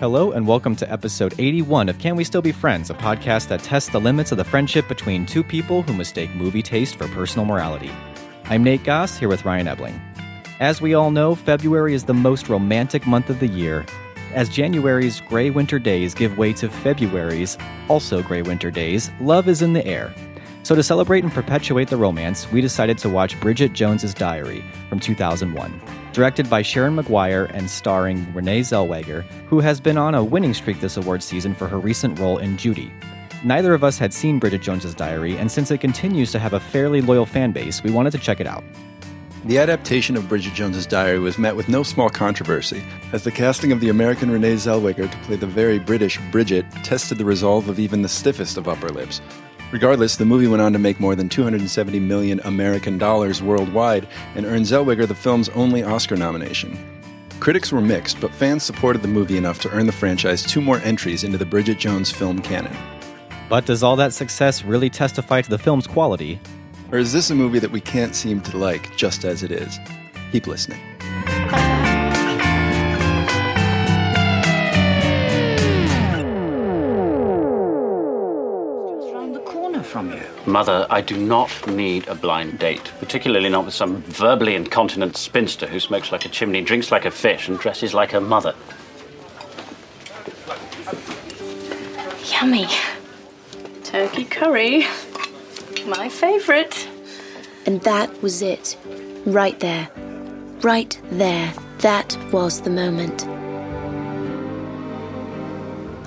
Hello, and welcome to episode 81 of Can We Still Be Friends, a podcast that tests the limits of the friendship between two people who mistake movie taste for personal morality. I'm Nate Goss, here with Ryan Ebling. As we all know, February is the most romantic month of the year, as January's gray winter days give way to February's, also gray winter days, love is in the air. So, to celebrate and perpetuate the romance, we decided to watch Bridget Jones's Diary from 2001, directed by Sharon McGuire and starring Renee Zellweger, who has been on a winning streak this award season for her recent role in Judy. Neither of us had seen Bridget Jones's Diary, and since it continues to have a fairly loyal fan base, we wanted to check it out. The adaptation of Bridget Jones's Diary was met with no small controversy, as the casting of the American Renee Zellweger to play the very British Bridget tested the resolve of even the stiffest of upper lips. Regardless, the movie went on to make more than 270 million American dollars worldwide and earned Zellweger the film's only Oscar nomination. Critics were mixed, but fans supported the movie enough to earn the franchise two more entries into the Bridget Jones film canon. But does all that success really testify to the film's quality? Or is this a movie that we can't seem to like just as it is? Keep listening. It's round the corner from you. Mother, I do not need a blind date, particularly not with some verbally incontinent spinster who smokes like a chimney, drinks like a fish, and dresses like her mother. Yummy. Turkey curry. My favorite. And that was it. Right there. Right there. That was the moment.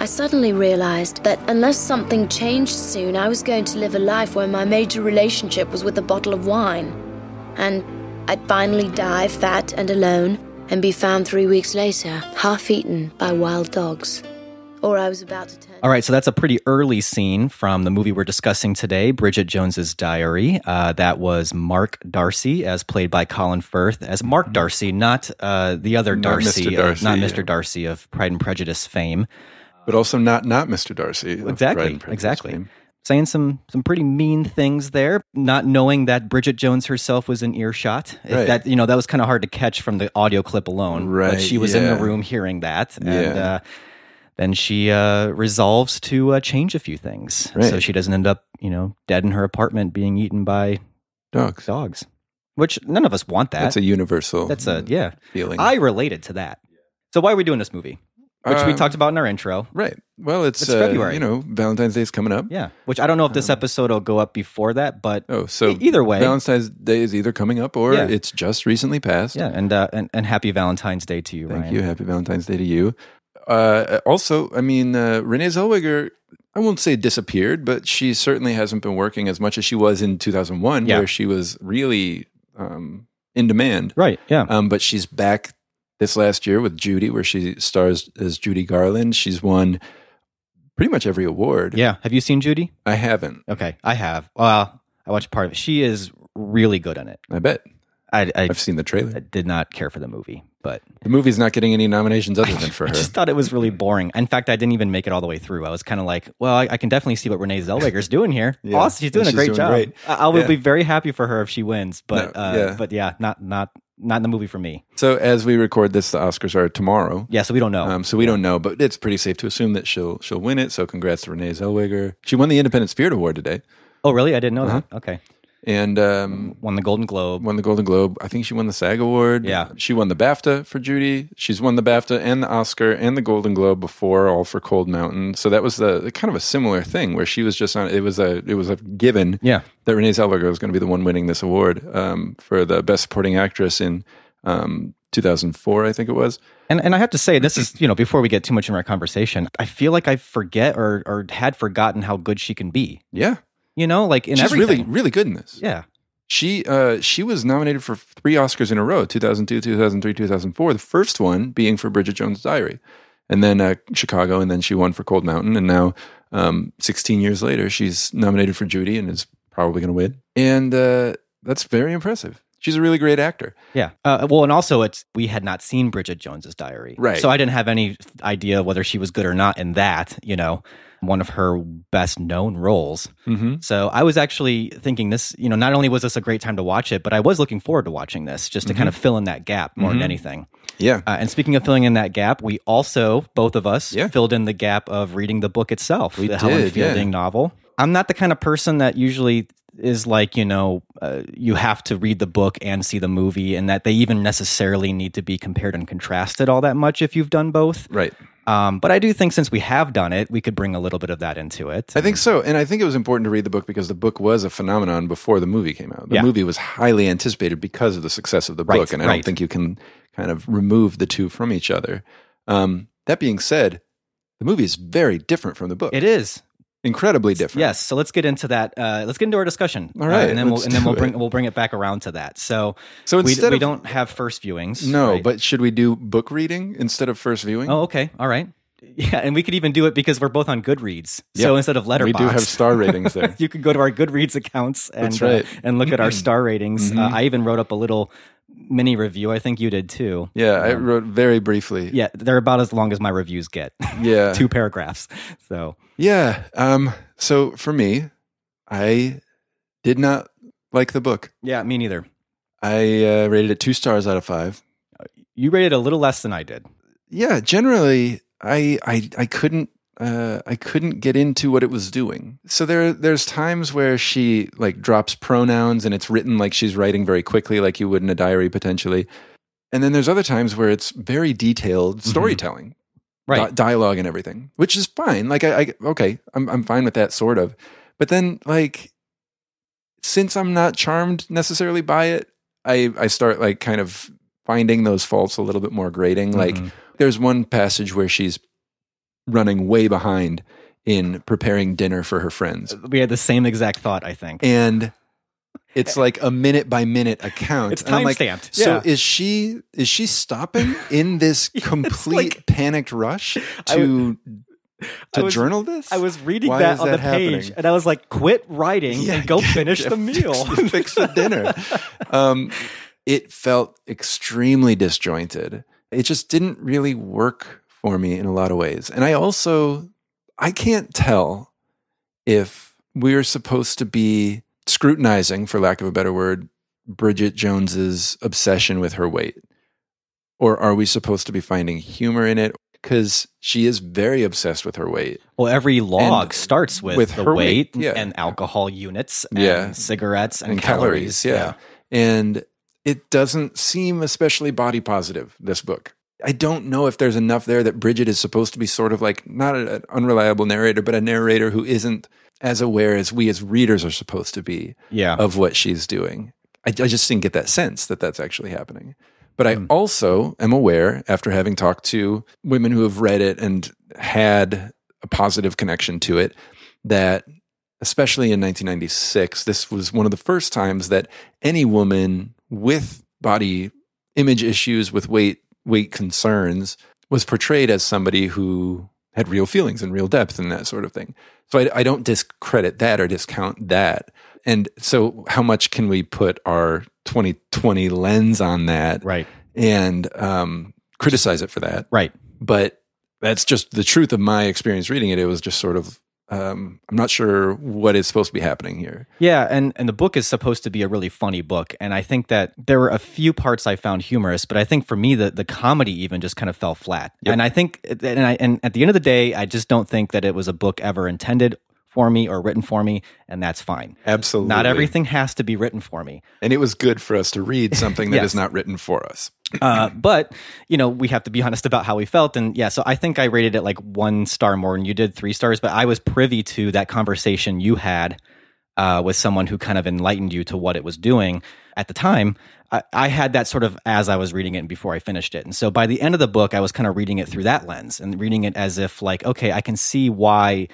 I suddenly realized that unless something changed soon, I was going to live a life where my major relationship was with a bottle of wine. And I'd finally die fat and alone and be found three weeks later, half eaten by wild dogs. Or I was about to turn. All right, so that's a pretty early scene from the movie we're discussing today, Bridget Jones's Diary. Uh, that was Mark Darcy, as played by Colin Firth, as Mark Darcy, not uh, the other Not Darcy, Mr. uh, Darcy, not yeah. Mr. Darcy of Pride and Prejudice fame. But also not not Mr. Darcy. of Pride Exactly, and Prejudice exactly. fame. Saying some some pretty mean things there, not knowing that Bridget Jones herself was in earshot. If Right. That you know that was kind of hard to catch from the audio clip alone. Right, but she was in the yeah. room hearing that, and Yeah. uh, then she uh, resolves to uh, change a few things, so Right. she doesn't end up you know dead in her apartment being eaten by Dogs. dogs, which none of us want that. That's a universal. That's a yeah. feeling. I related to that. So why are we doing this movie, which we Um, talked about in our intro? Right. Well, it's, It's uh, February. You know, Valentine's Day is coming up. Yeah, which I don't know if this episode will go up before that, but Um, Oh, so E- either way. Valentine's Day is either coming up or Yeah. it's just recently passed. yeah, and, uh, and and happy Valentine's Day to you, Thank Ryan. you. Happy Valentine's Day to you. Uh, also, I mean, uh, Renee Zellweger, I won't say disappeared, but she certainly hasn't been working as much as she was in 2001, Yeah. where she was really um, in demand. Right? Yeah. Um, but she's back this last year with Judy, where she stars as Judy Garland. She's won pretty much every award. yeah. Have you seen Judy? I haven't. Okay, I have. Well, I watched part of it. She is really good in it. I bet. I I, I've seen the trailer. I did not care for the movie, but The movie's not getting any nominations other than for I her. just thought it was really boring. In fact, I didn't even make it all the way through. I was kind of like, well, I, I can definitely see what Renee Zellweger's doing here. Yeah. Awesome, she's doing She's a great doing job. great. I, I would Yeah. be very happy for her if she wins, but No, uh, yeah. but yeah, not not not in the movie for me. So as we record this, the Oscars are tomorrow. Yeah, so we don't know. Um, so we don't know, but it's pretty safe to assume that she'll she'll win it. So congrats to Renee Zellweger. She won the Independent Spirit Award today, oh, really? I didn't know uh-huh. that. Okay, and um, won the Golden Globe. won the Golden Globe. I think she won the SAG Award. Yeah. she won the BAFTA for Judy. She's won the BAFTA and the Oscar and the Golden Globe before, all for Cold Mountain. So that was the kind of a similar thing where she was just on. It was a it was a given. Yeah. that Renee Zellweger was going to be the one winning this award um, for the Best Supporting Actress in um, 2004, I think it was. And and I have to say, this is you know before we get too much in our conversation, I feel like I forget or or had forgotten how good she can be. Yeah, You know, like in she's everything. really really good in this. yeah, She uh, she was nominated for three Oscars in a row: 2002, 2003, 2004. The first one being for Bridget Jones' Diary, and then uh, Chicago, and then she won for Cold Mountain, and now um, 16 years later, she's nominated for Judy and is probably going to win. And uh, that's very impressive. She's a really great actor. Yeah. Uh, well, and also it's we had not seen Bridget Jones's Diary, Right. So I didn't have any idea whether she was good or not in that. You know, one of her best known roles. Mm-hmm. So I was actually thinking this. You know, not only was this a great time to watch it, but I was looking forward to watching this just to Mm-hmm. kind of fill in that gap more than anything. Yeah. Uh, and speaking of filling in that gap, we also both of us Yeah. filled in the gap of reading the book itself, We the Helen did, yeah. Fielding novel. I'm not the kind of person that usually is like you know uh, you have to read the book and see the movie, and that they even necessarily need to be compared and contrasted all that much if you've done both. Right. Um, but I do think since we have done it, we could bring a little bit of that into it. I think so. And I think it was important to read the book because the book was a phenomenon before the movie came out. The Yeah. movie was highly anticipated because of the success of the Right, book. And I right. don't think you can kind of remove the two from each other. Um, that being said, the movie is very different from the book. it is Incredibly different. Yes. So let's get into that. Uh, let's get into our discussion. All Uh, right, and then we'll let's and then do we'll bring it. we'll bring it back around to that. So So we, instead we of- don't have first viewings. No, right? but should we do book reading instead of first viewing? Oh, okay. All right. Yeah, and we could even do it because we're both on Goodreads. So Yeah. instead of we Letterboxd, do have star ratings there. you could go to our Goodreads accounts and That's right. Mm-hmm. uh, and look at our star ratings. Uh, I even wrote up a little mini review. I think you did too. yeah, I wrote very briefly. Yeah, they're about as long as my reviews get. Yeah. Two paragraphs. So Yeah. Um, so for me, I did not like the book. yeah, me neither. I uh, rated it two stars out of five. You rated a little less than I did. Yeah, generally, I I I couldn't uh, I couldn't get into what it was doing. So there there's times where she like drops pronouns and it's written like she's writing very quickly, like you would in a diary potentially. And then there's other times where it's very detailed storytelling, Right. di- dialogue and everything, which is fine. Like I, I okay, I'm I'm fine with that sort of. But then like since I'm not charmed necessarily by it, I I start like kind of finding those faults a little bit more grating. Mm-hmm. Like there's one passage where she's running way behind in preparing dinner for her friends. we had the same exact thought, I think. And it's like a minute by minute account. Eh. It's And I'm like, timestamped. So Yeah. is she is she stopping in this complete like- panicked rush I to I to was- journal this? I was reading Why that is on that the page, happening? and I was like, "Quit writing and go finish the meal." fix, fix the dinner. Um, it felt extremely disjointed. It just didn't really work for me in a lot of ways. And I also, I can't tell if we're supposed to be scrutinizing, for lack of a better word, Bridget Jones's obsession with her weight. Or are we supposed to be finding humor in it? Because she is very obsessed with her weight. Well, every log And starts with, with the her weight, weight, yeah. and alcohol units, and Yeah. cigarettes and, and calories, yeah. And it doesn't seem especially body positive, this book. I don't know if there's enough there that Bridget is supposed to be sort of like not a- an unreliable narrator, but a narrator who isn't as aware as we as readers are supposed to be yeah, of what she's doing. I, I just didn't get that sense that that's actually happening. But I also am aware, after having talked to women who have read it and had a positive connection to it, that especially in 1996, this was one of the first times that any woman with body image issues, with weight weight concerns, was portrayed as somebody who had real feelings and real depth and that sort of thing. So I, I don't discredit that or discount that. And so, how much can we put our 2020 lens on that right, and um, criticize it for that? right. but that's just the truth of my experience reading it. It was just sort of um, I'm not sure what is supposed to be happening here. Yeah, and and the book is supposed to be a really funny book, and I think that there were a few parts I found humorous, but I think for me the the comedy even just kind of fell flat. And I think and I and at the end of the day, I just don't think that it was a book ever intended for me or written for me, and that's fine. Absolutely, Not everything has to be written for me. And it was good for us to read something that is Yes. not written for us. uh, but you know we have to be honest about how we felt and yeah so i think i rated it like one star more than you did three stars but i was privy to that conversation you had uh, with someone who kind of enlightened you to what it was doing at the time I, I had that sort of as i was reading it and before i finished it and so by the end of the book i was kind of reading it through that lens and reading it as if like okay i can see why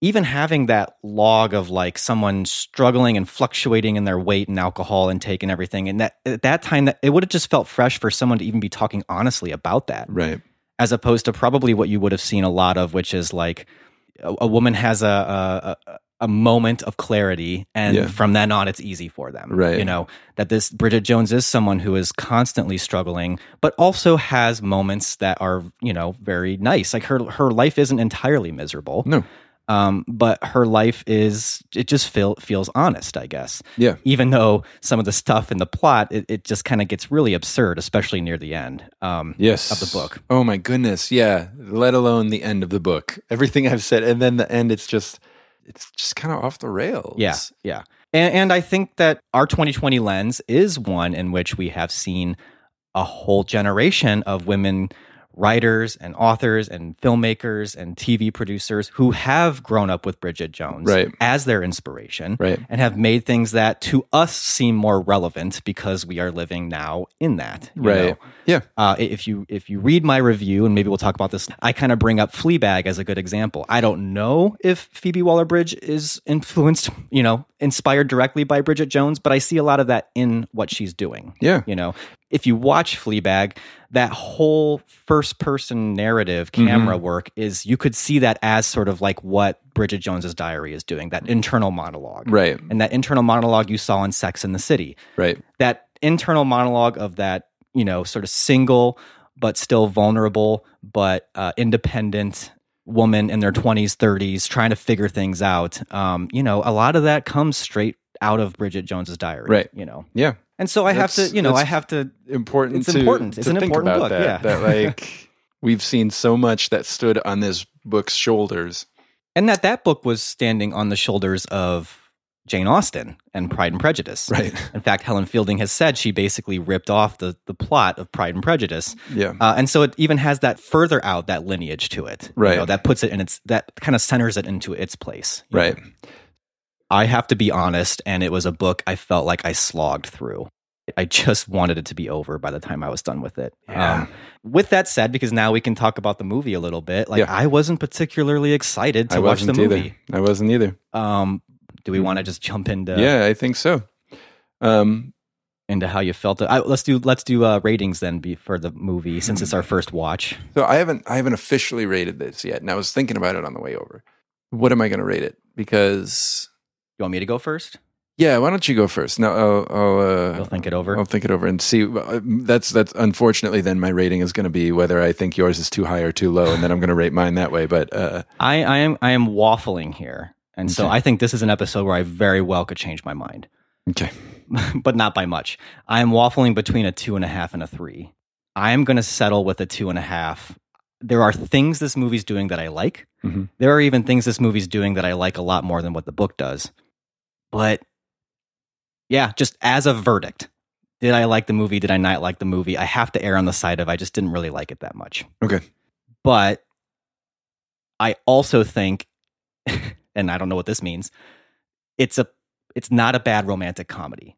even having that log of like someone struggling and fluctuating in their weight and alcohol intake and everything and that at that time that it would have just felt fresh for someone to even be talking honestly about that Right. as opposed to probably what you would have seen a lot of which is like a, a woman has a, a a- a moment of clarity and Yeah. from then on it's easy for them Right. you know that this bridget jones is someone who is constantly struggling but also has moments that are you know very nice like her her life isn't entirely miserable No. um, but her life is it just feel, feels honest i guess Yeah. even though some of the stuff in the plot it, it just kind of gets really absurd especially near the end um, Yes. of the book Oh my goodness. Yeah. Let alone the end of the book. Everything I've said. And then the end, it's just, it's just kind of off the rails. Yeah, yeah. And, and I think that our 2020 lens is one in which we have seen a whole generation of women writers and authors and filmmakers and TV producers who have grown up with Bridget Jones Right. as their inspiration Right. and have made things that to us seem more relevant because we are living now in that. you Right. know? Yeah. Uh, if you if you read my review, and maybe we'll talk about this, I kind of bring up Fleabag as a good example. I don't know if Phoebe Waller Bridge is influenced, you know, inspired directly by Bridget Jones, but I see a lot of that in what she's doing. Yeah. you know, if you watch Fleabag, that whole first person narrative Mm-hmm. camera work is you could see that as sort of like what Bridget Jones's Diary is doing, that internal monologue, Right. And that internal monologue you saw in Sex in the City, Right. that internal monologue of that you know sort of single but still vulnerable but uh, independent woman in their 20s 30s trying to figure things out um, you know a lot of that comes straight out of bridget jones's diary Right. you know Yeah. and so i have That's- to you know i that's- have to Important. It's to- important. It's to an think important about book, That, yeah. that like we've seen so much that stood on this book's shoulders. and that that book was standing on the shoulders of jane austen and pride and prejudice Right. in fact helen fielding has said she basically ripped off the the plot of pride and prejudice Yeah. Uh, and so it even has that further out that lineage to it, you Right. know, that puts it in its that kind of centers it into its place. you right. know. I have to be honest, and it was a book I felt like I slogged through. I just wanted it to be over by the time I was done with it. Um, Yeah. with that said, because now we can talk about the movie a little bit. Like Yeah. I wasn't particularly excited to I watch the wasn't either. movie. I wasn't either. Um, do we want to just jump into Yeah, I think so. Um, into how you felt? I, let's do let's do uh, ratings then be, for the movie since Mm. it's our first watch. So I haven't I haven't officially rated this yet, and I was thinking about it on the way over. What am I going to rate it? Because You want me to go first? yeah, why don't you go first? No, I'll I'll, uh, You'll think it over. I'll think it over and see. uh, That's that's unfortunately then my rating is going to be whether I think yours is too high or too low, and then I'm going to rate mine that way. But uh, I, I am I am waffling here, and so Okay. I think this is an episode where I very well could change my mind, okay, but not by much. I am waffling between a two and a half and a three. I am going to settle with a two and a half. There are things this movie's doing that I like. Mhm. There are even things this movie's doing that I like a lot more than what the book does. But yeah, just as a verdict, did I like the movie? Did I not like the movie? I have to err on the side of I just didn't really like it that much okay, but I also think, and I don't know what this means, it's a it's not a bad romantic comedy.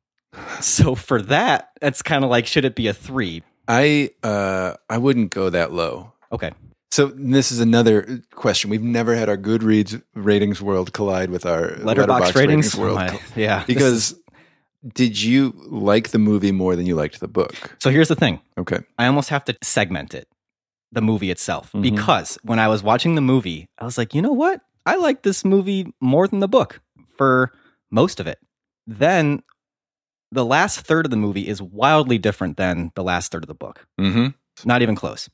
So for that, that's kind of like should it be a three? I uh, I wouldn't go that low. Okay, So this is another question. We've never had our Goodreads ratings world collide with our letterbox, ratings. Oh world. My- yeah, this is- because did you like the movie more than you liked the book? so here's the thing: Okay. I almost have to segment it, the movie itself, Mhm. because when I was watching the movie, I was like, you know what? I like this movie more than the book for most of it. Then the last third of the movie is wildly different than the last third of the book. Mm-hmm. Not even close.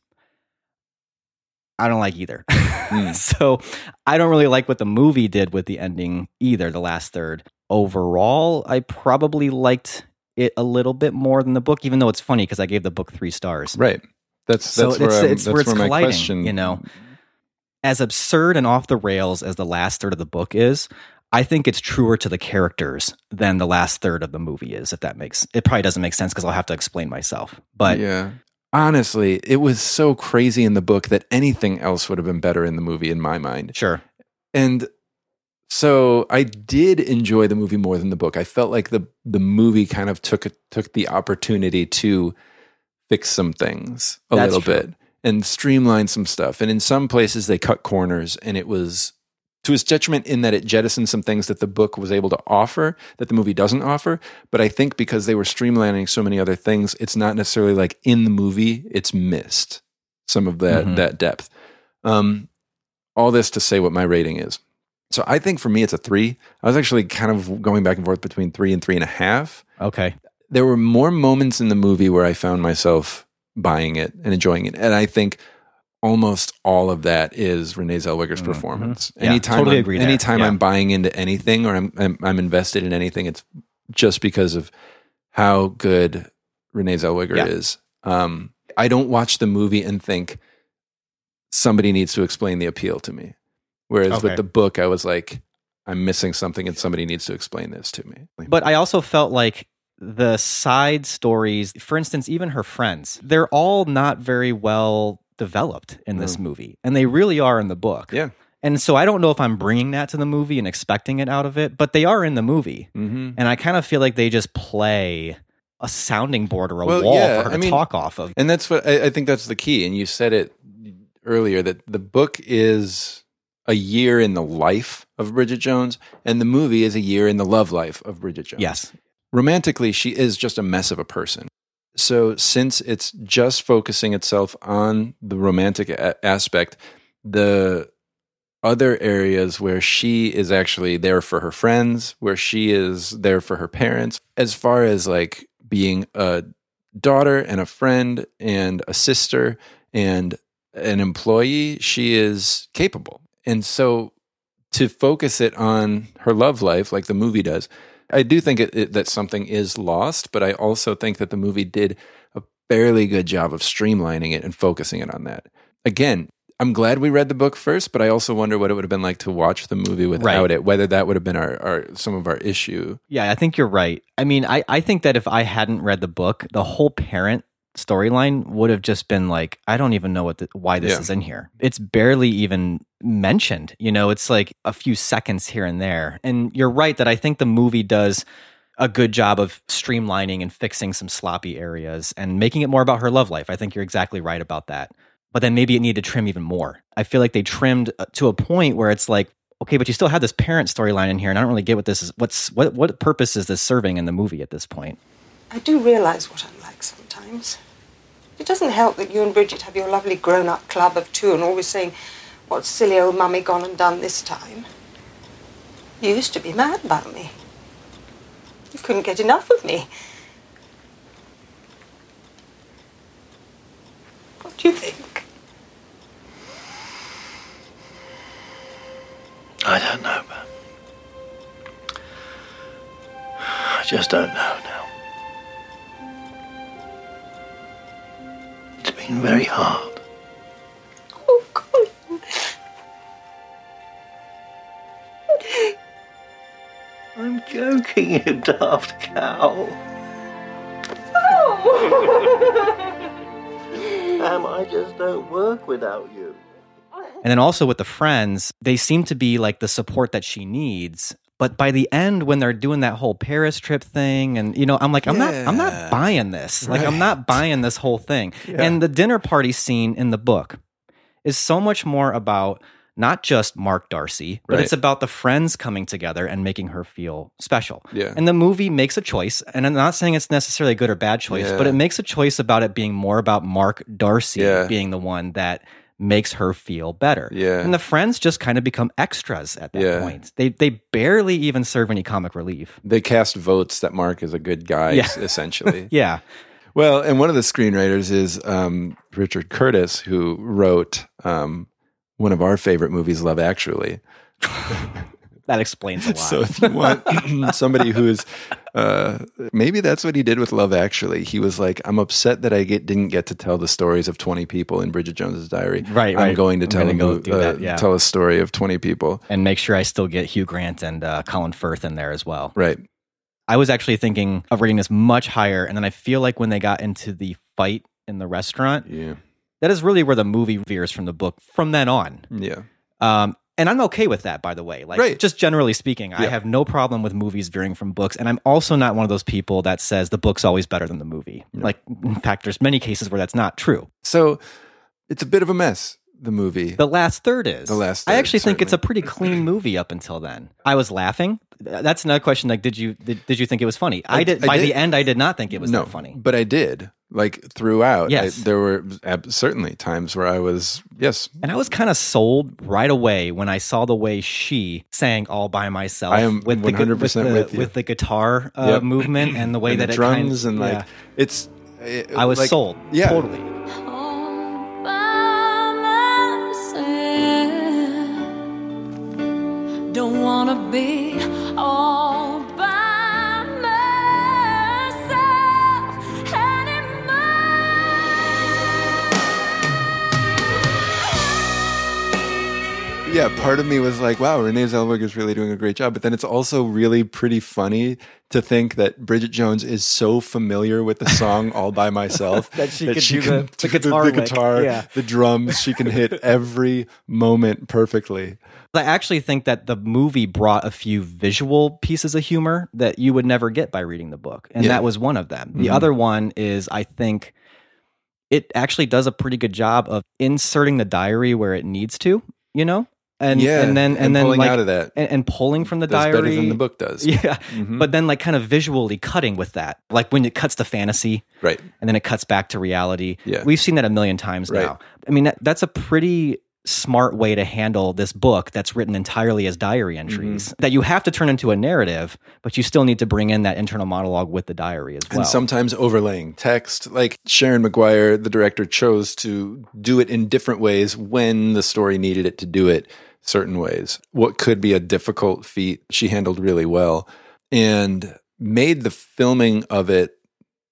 I don't like either. Mm. so I don't really like what the movie did with the ending either, the last third. Overall, I probably liked it a little bit more than the book, even though it's funny because I gave the book three stars. Right. That's So that's where it's- I'm- it's that's where it's my colliding, question. you know. As absurd and off the rails as the last third of the book is, I think it's truer to the characters than the last third of the movie is, if that makes it probably doesn't make sense because I'll have to explain myself. But yeah. Honestly, it was so crazy in the book that anything else would have been better in the movie in my mind. sure. And so I did enjoy the movie more than the book. I felt like the the movie kind of took took the opportunity to fix some things a That's little true. bit and streamline some stuff. And in some places they cut corners and it was to its detriment in that it jettisoned some things that the book was able to offer that the movie doesn't offer. But I think because they were streamlining so many other things, it's not necessarily like in the movie, it's missed some of that Mhm. that depth. Um, all this to say what my rating is. So I think for me, it's a three. I was actually kind of going back and forth between three and three and a half. Okay. There were more moments in the movie where I found myself buying it and enjoying it. And I think almost all of that is Renee Zellweger's performance. Mm-hmm. Yeah, anytime totally I'm, agree there. anytime Yeah. I'm buying into anything or I'm, I'm, I'm invested in anything, it's just because of how good Renee Zellweger Yeah. is. Um, I don't watch the movie and think somebody needs to explain the appeal to me. Whereas Okay. with the book, I was like, I'm missing something and somebody needs to explain this to me. But I also felt like the side stories, for instance, even her friends, they're all not very well developed in this movie. And they really are in the book. Mm. Yeah. And so I don't know if I'm bringing that to the movie and expecting it out of it, but they are in the movie. mm-hmm. And I kind of feel like they just play a sounding board or a Well, wall yeah, for her I to mean- talk off of. And that's what I, I think that's the key. And you said it earlier that the book is a year in the life of Bridget Jones, and the movie is a year in the love life of Bridget Jones. Yes. Romantically, she is just a mess of a person. So, since it's just focusing itself on the romantic a- aspect, the other areas where she is actually there for her friends, where she is there for her parents, as far as like being a daughter and a friend and a sister and an employee, she is capable. And so to focus it on her love life, like the movie does, I do think it, it, that something is lost, but I also think that the movie did a fairly good job of streamlining it and focusing it on that. Again, I'm glad we read the book first, but I also wonder what it would have been like to watch the movie without Right. it. Whether that would have been our, our some of our issue. Yeah, I think you're right. I mean, I, I think that if I hadn't read the book, the whole parent storyline would have just been like, I don't even know what the, why this Yeah. is in here. It's barely even mentioned. You know, it's like a few seconds here and there. And you're right that I think the movie does a good job of streamlining and fixing some sloppy areas and making it more about her love life. I think you're exactly right about that. But then maybe it needed to trim even more. I feel like they trimmed uh, to a point where it's like, okay, but you still have this parent storyline in here, and I don't really get what this is. What's what? What purpose is this serving in the movie at this point? I do realize what I'm like sometimes. It doesn't help that you and Bridget have your lovely grown up club of two and always saying, What silly old mummy gone and done this time? You used to be mad about me. You couldn't get enough of me. What do you think? I don't know, but I just don't know now. It's been very hard. Oh, God. I'm joking, you daft cow. Sam, I just don't work without you. And then also with the friends, they seem to be like the support that she needs. But by the end, when they're doing that whole Paris trip thing, and you know, I'm like, I'm not, I'm Yeah. not buying this. Like, I'm not buying this whole thing. And the dinner party scene in the book is so much more about not just Mark Darcy, but Right. it's about the friends coming together and making her feel special. Yeah. And the movie makes a choice, and I'm not saying it's necessarily a good or bad choice, but Yeah. it makes a choice about it being more about Mark Darcy Yeah. being the one that makes her feel better. Yeah. And the friends just kind of become extras at that Yeah. point. They they barely even serve any comic relief. They cast votes that Mark is a good guy, Yeah. es- essentially. Yeah. Well, and one of the screenwriters is um, Richard Curtis, who wrote um, one of our favorite movies, Love Actually. That explains a lot. So if you want somebody who is, uh, maybe that's what he did with Love Actually. He was like, I'm upset that I get, didn't get to tell the stories of 20 people in Bridget Jones's diary. Right, I'm right. going to I'm tell, gonna a, go mo- do that, uh, yeah. tell a story of 20 people. and make sure I still get Hugh Grant and uh, Colin Firth in there as well. Right. I was actually thinking of rating this much higher, and then I feel like when they got into the fight in the restaurant, Yeah. that is really where the movie veers from the book from then on. Yeah. Um, and I'm okay with that, by the way. Like, Right. just generally speaking, I Yeah. have no problem with movies veering from books. And I'm also not one of those people that says the book's always better than the movie. Like, in fact, there's many cases where that's not true. So it's a bit of a mess, the movie. The last third is. The last I third, actually think it's a pretty certainly. clean movie up until then. I was laughing. That's another question. Like, did you did, did you think it was funny? I, did. I by did. the end, I did not think it was no, that funny. But I did. like throughout. Yes. I- there were ab- certainly times where I was, yes, And I was kind of sold right away when I saw the way she sang all by myself. I am the gu- 100% the, with you. the guitar uh, Yep. movement and the way and that the it drums kind, and like yeah. it's. it- I was like- sold. Yeah, totally. Don't wanna be all by myself yeah. Part of me was like, "Wow, Renee Zellweger is really doing a great job," but then it's also really pretty funny to think that Bridget Jones is so familiar with the song "All by Myself" That she could do the- the do guitar the, lick, guitar, yeah. the drums. She can hit every moment perfectly. I actually think that the movie brought a few visual pieces of humor that you would never get by reading the book. And Yeah. Mm-hmm. that was one of them. The other one is, I think it actually does a pretty good job of inserting the diary where it needs to, you know? And, yeah, and then, and, then pulling like, out of that and, and pulling from the that's diary. better than the book does. Yeah. Mhm. But then, like, kind of visually cutting with that. Like, when it cuts to fantasy Right. and then it cuts back to reality. Yeah. We've seen that a million times Right. now. I mean, that, that's a pretty smart way to handle this book that's written entirely as Mm-hmm. diary entries that you have to turn into a narrative, but you still need to bring in that internal monologue with the diary as well. and sometimes overlaying text. Like Sharon McGuire, the director, chose to do it in different ways when the story needed it to do it certain ways. What could be a difficult feat, she handled really well and made the filming of it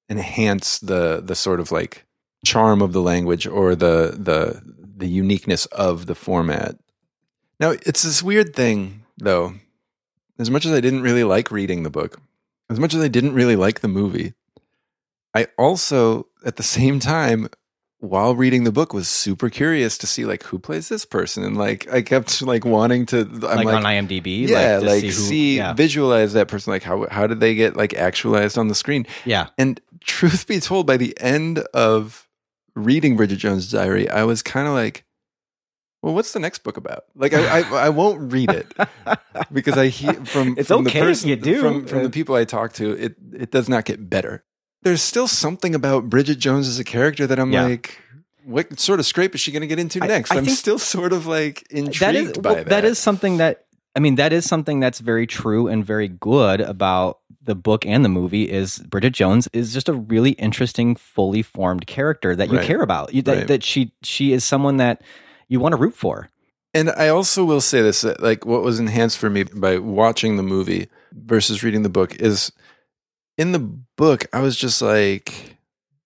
enhance the the sort of like charm of the language or the the the uniqueness of the format. Now it's this weird thing though. As much as I didn't really like reading the book, as much as I didn't really like the movie, I also at the same time while reading the book was super curious to see like who plays this person and like I kept like wanting to I'm like, on IMDb, yeah, to like, who- see, yeah, visualize that person. Like how how did they get like actualized on the screen? yeah, And truth be told, by the end of reading Bridget Jones' Diary, I was kind of like, well, what's the next book about? Like I I, I won't read it because I hear from It's from okay the if person you do. from from Uh, the people I talk to, it it does not get better. There's still something about Bridget Jones as a character that I'm Yeah. like. What sort of scrape is she going to get into I- next? I I'm think- still sort of like intrigued that is by well, that. that is something that I mean that is something that's very true and very good about the book and the movie is Bridget Jones is just a really interesting fully formed character that you Right. care about you, that, Right. that she she is someone that you want to root for And I also will say this that, like what was enhanced for me by watching the movie versus reading the book is in the book I was just like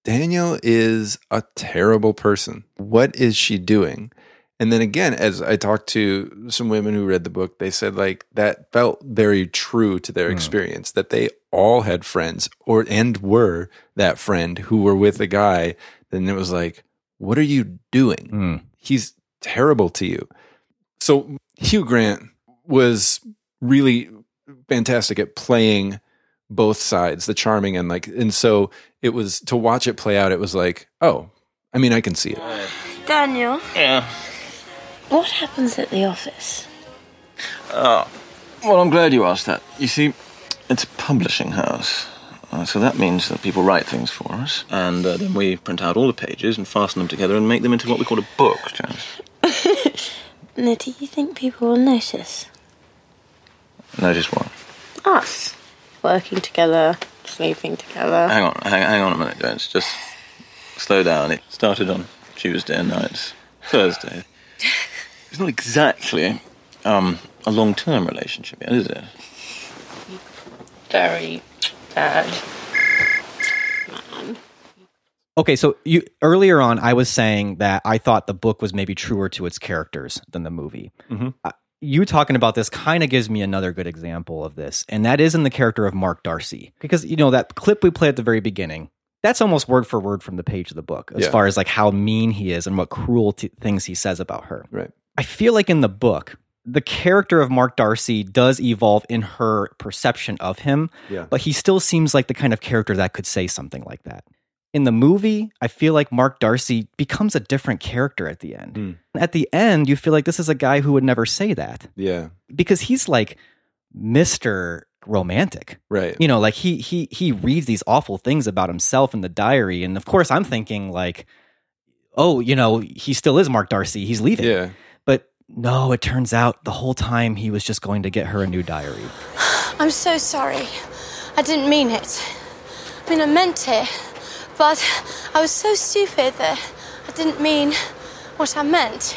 Daniel is a terrible person. What is she doing? And then again as I talked to some women who read the book they said like that felt very true to their Hmm. experience that they all had friends or and were that friend who were with a guy then it was like what are you doing? he's terrible to you. So Hugh Grant was really fantastic at playing both sides, the charming and like and so it was to watch it play out, it was like, oh, I mean I can see it. Daniel, Yeah. what happens at the office? Well, I'm glad you asked that. You see, it's a publishing house. Uh, so that means that people write things for us, and uh, then we print out all the pages and fasten them together and make them into what we call a book, Janice. Now, do you think people will notice? Notice what? Us. Working together, sleeping together. Hang on, hang, hang on a minute, Jones. Just slow down. It started on Tuesday and now it's Thursday. It's not exactly um, a long-term relationship yet, is it? Very bad. okay so you earlier on I was saying that I thought the book was maybe truer to its characters than the movie Mm-hmm. Uh, you talking about this kind of gives me another good example of this and that is in the character of Mark Darcy because you know that clip we play at the very beginning that's almost word for word from the page of the book as Yeah. far as like how mean he is and what cruel t- things he says about her Right. I feel like in the book, the character of Mark Darcy does evolve in her perception of him, Yeah. but he still seems like the kind of character that could say something like that. In the movie, I feel like Mark Darcy becomes a different character at the end. Hmm. At the end, you feel like this is a guy who would never say that Yeah. because he's like Mr. romantic. Right. You know, like he he he reads these awful things about himself in the diary and of course I'm thinking like oh, you know, he still is Mark Darcy. He's leaving. Yeah. But no, it turns out the whole time he was just going to get her a new diary. I'm so sorry. I didn't mean it. I mean, I meant it, but I was so stupid that I didn't mean what I meant.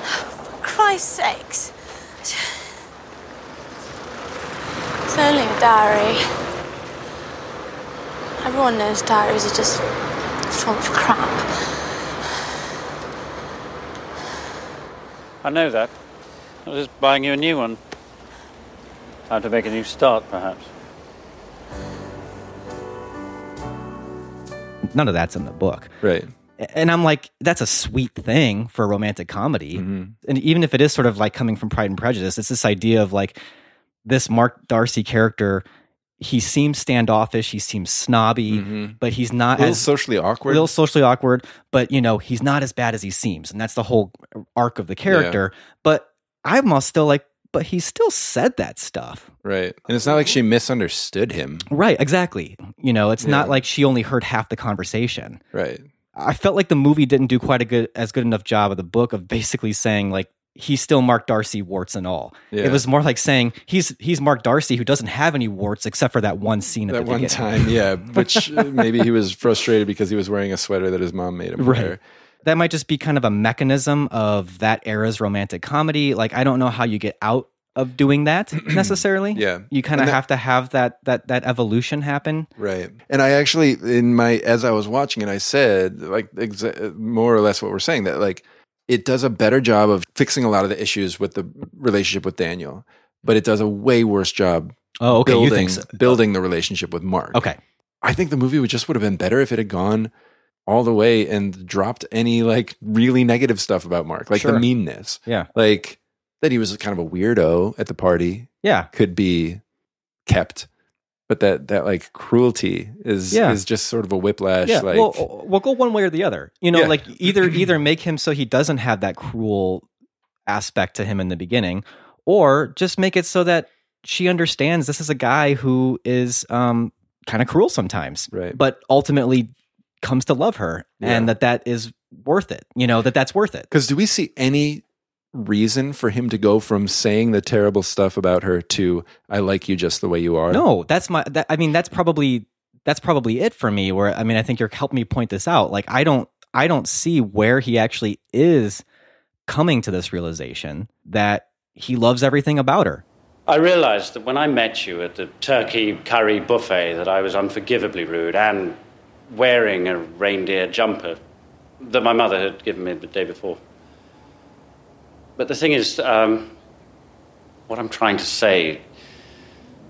For Christ's sakes. It's only a diary. Everyone knows diaries are just full of crap. I know that. I was just buying you a new one. Time to make a new start, perhaps. None of that's in the book. Right. And I'm like, that's a sweet thing for a romantic comedy. Mm-hmm. And even if it is sort of like coming from Pride and Prejudice, it's this idea of like this Mark Darcy character, he seems standoffish, he seems snobby, but he's not A Mm-hmm. little as socially awkward. A little socially awkward, but you know, he's not as bad as he seems. And that's the whole arc of the character. But I'm all still like, but he still said that stuff. Right. And it's not like she misunderstood him. Right, exactly. You know, it's not Yeah. like she only heard half the conversation. Right. I felt like the movie didn't do quite a good as good enough job of the book of basically saying like he's still Mark Darcy warts and all. Yeah. It was more like saying he's he's Mark Darcy who doesn't have any warts except for that one scene at That the one beginning. time, yeah. Which uh, maybe he was frustrated because he was wearing a sweater that his mom made him Right. wear. That might just be kind of a mechanism of that era's romantic comedy. Like I don't know how you get out of doing that necessarily. Yeah. You kind of And that- have to have that that that evolution happen. Right. And I actually, in my, as I was watching it, I said, like, exa- more or less what we're saying, that like it does a better job of fixing a lot of the issues with the relationship with Daniel, but it does a way worse job Oh, okay. building, you think so. building the relationship with Mark. Okay. I think the movie would just would have been better if it had gone all the way and dropped any like really negative stuff about Mark, like the Sure. meanness, Yeah. like that he was kind of a weirdo at the party Yeah. could be kept, but that that like cruelty is Yeah. is just sort of a whiplash. Yeah, like well, we'll go one way or the other. You know, Yeah. like either either make him so he doesn't have that cruel aspect to him in the beginning, or just make it so that she understands this is a guy who is um, kind of cruel sometimes, Right. But ultimately comes to love her, Yeah. and that that is worth it. You know, that that's worth it. because do we see any reason for him to go from saying the terrible stuff about her to I like you just the way you are? No, that's my. That, I mean, that's probably that's probably it for me. Where I mean, I think you're helping me point this out. Like, I don't I don't see where he actually is coming to this realization that he loves everything about her. I realized that when I met you at the turkey curry buffet that I was unforgivably rude and wearing a reindeer jumper that my mother had given me the day before. But the thing is, um, what I'm trying to say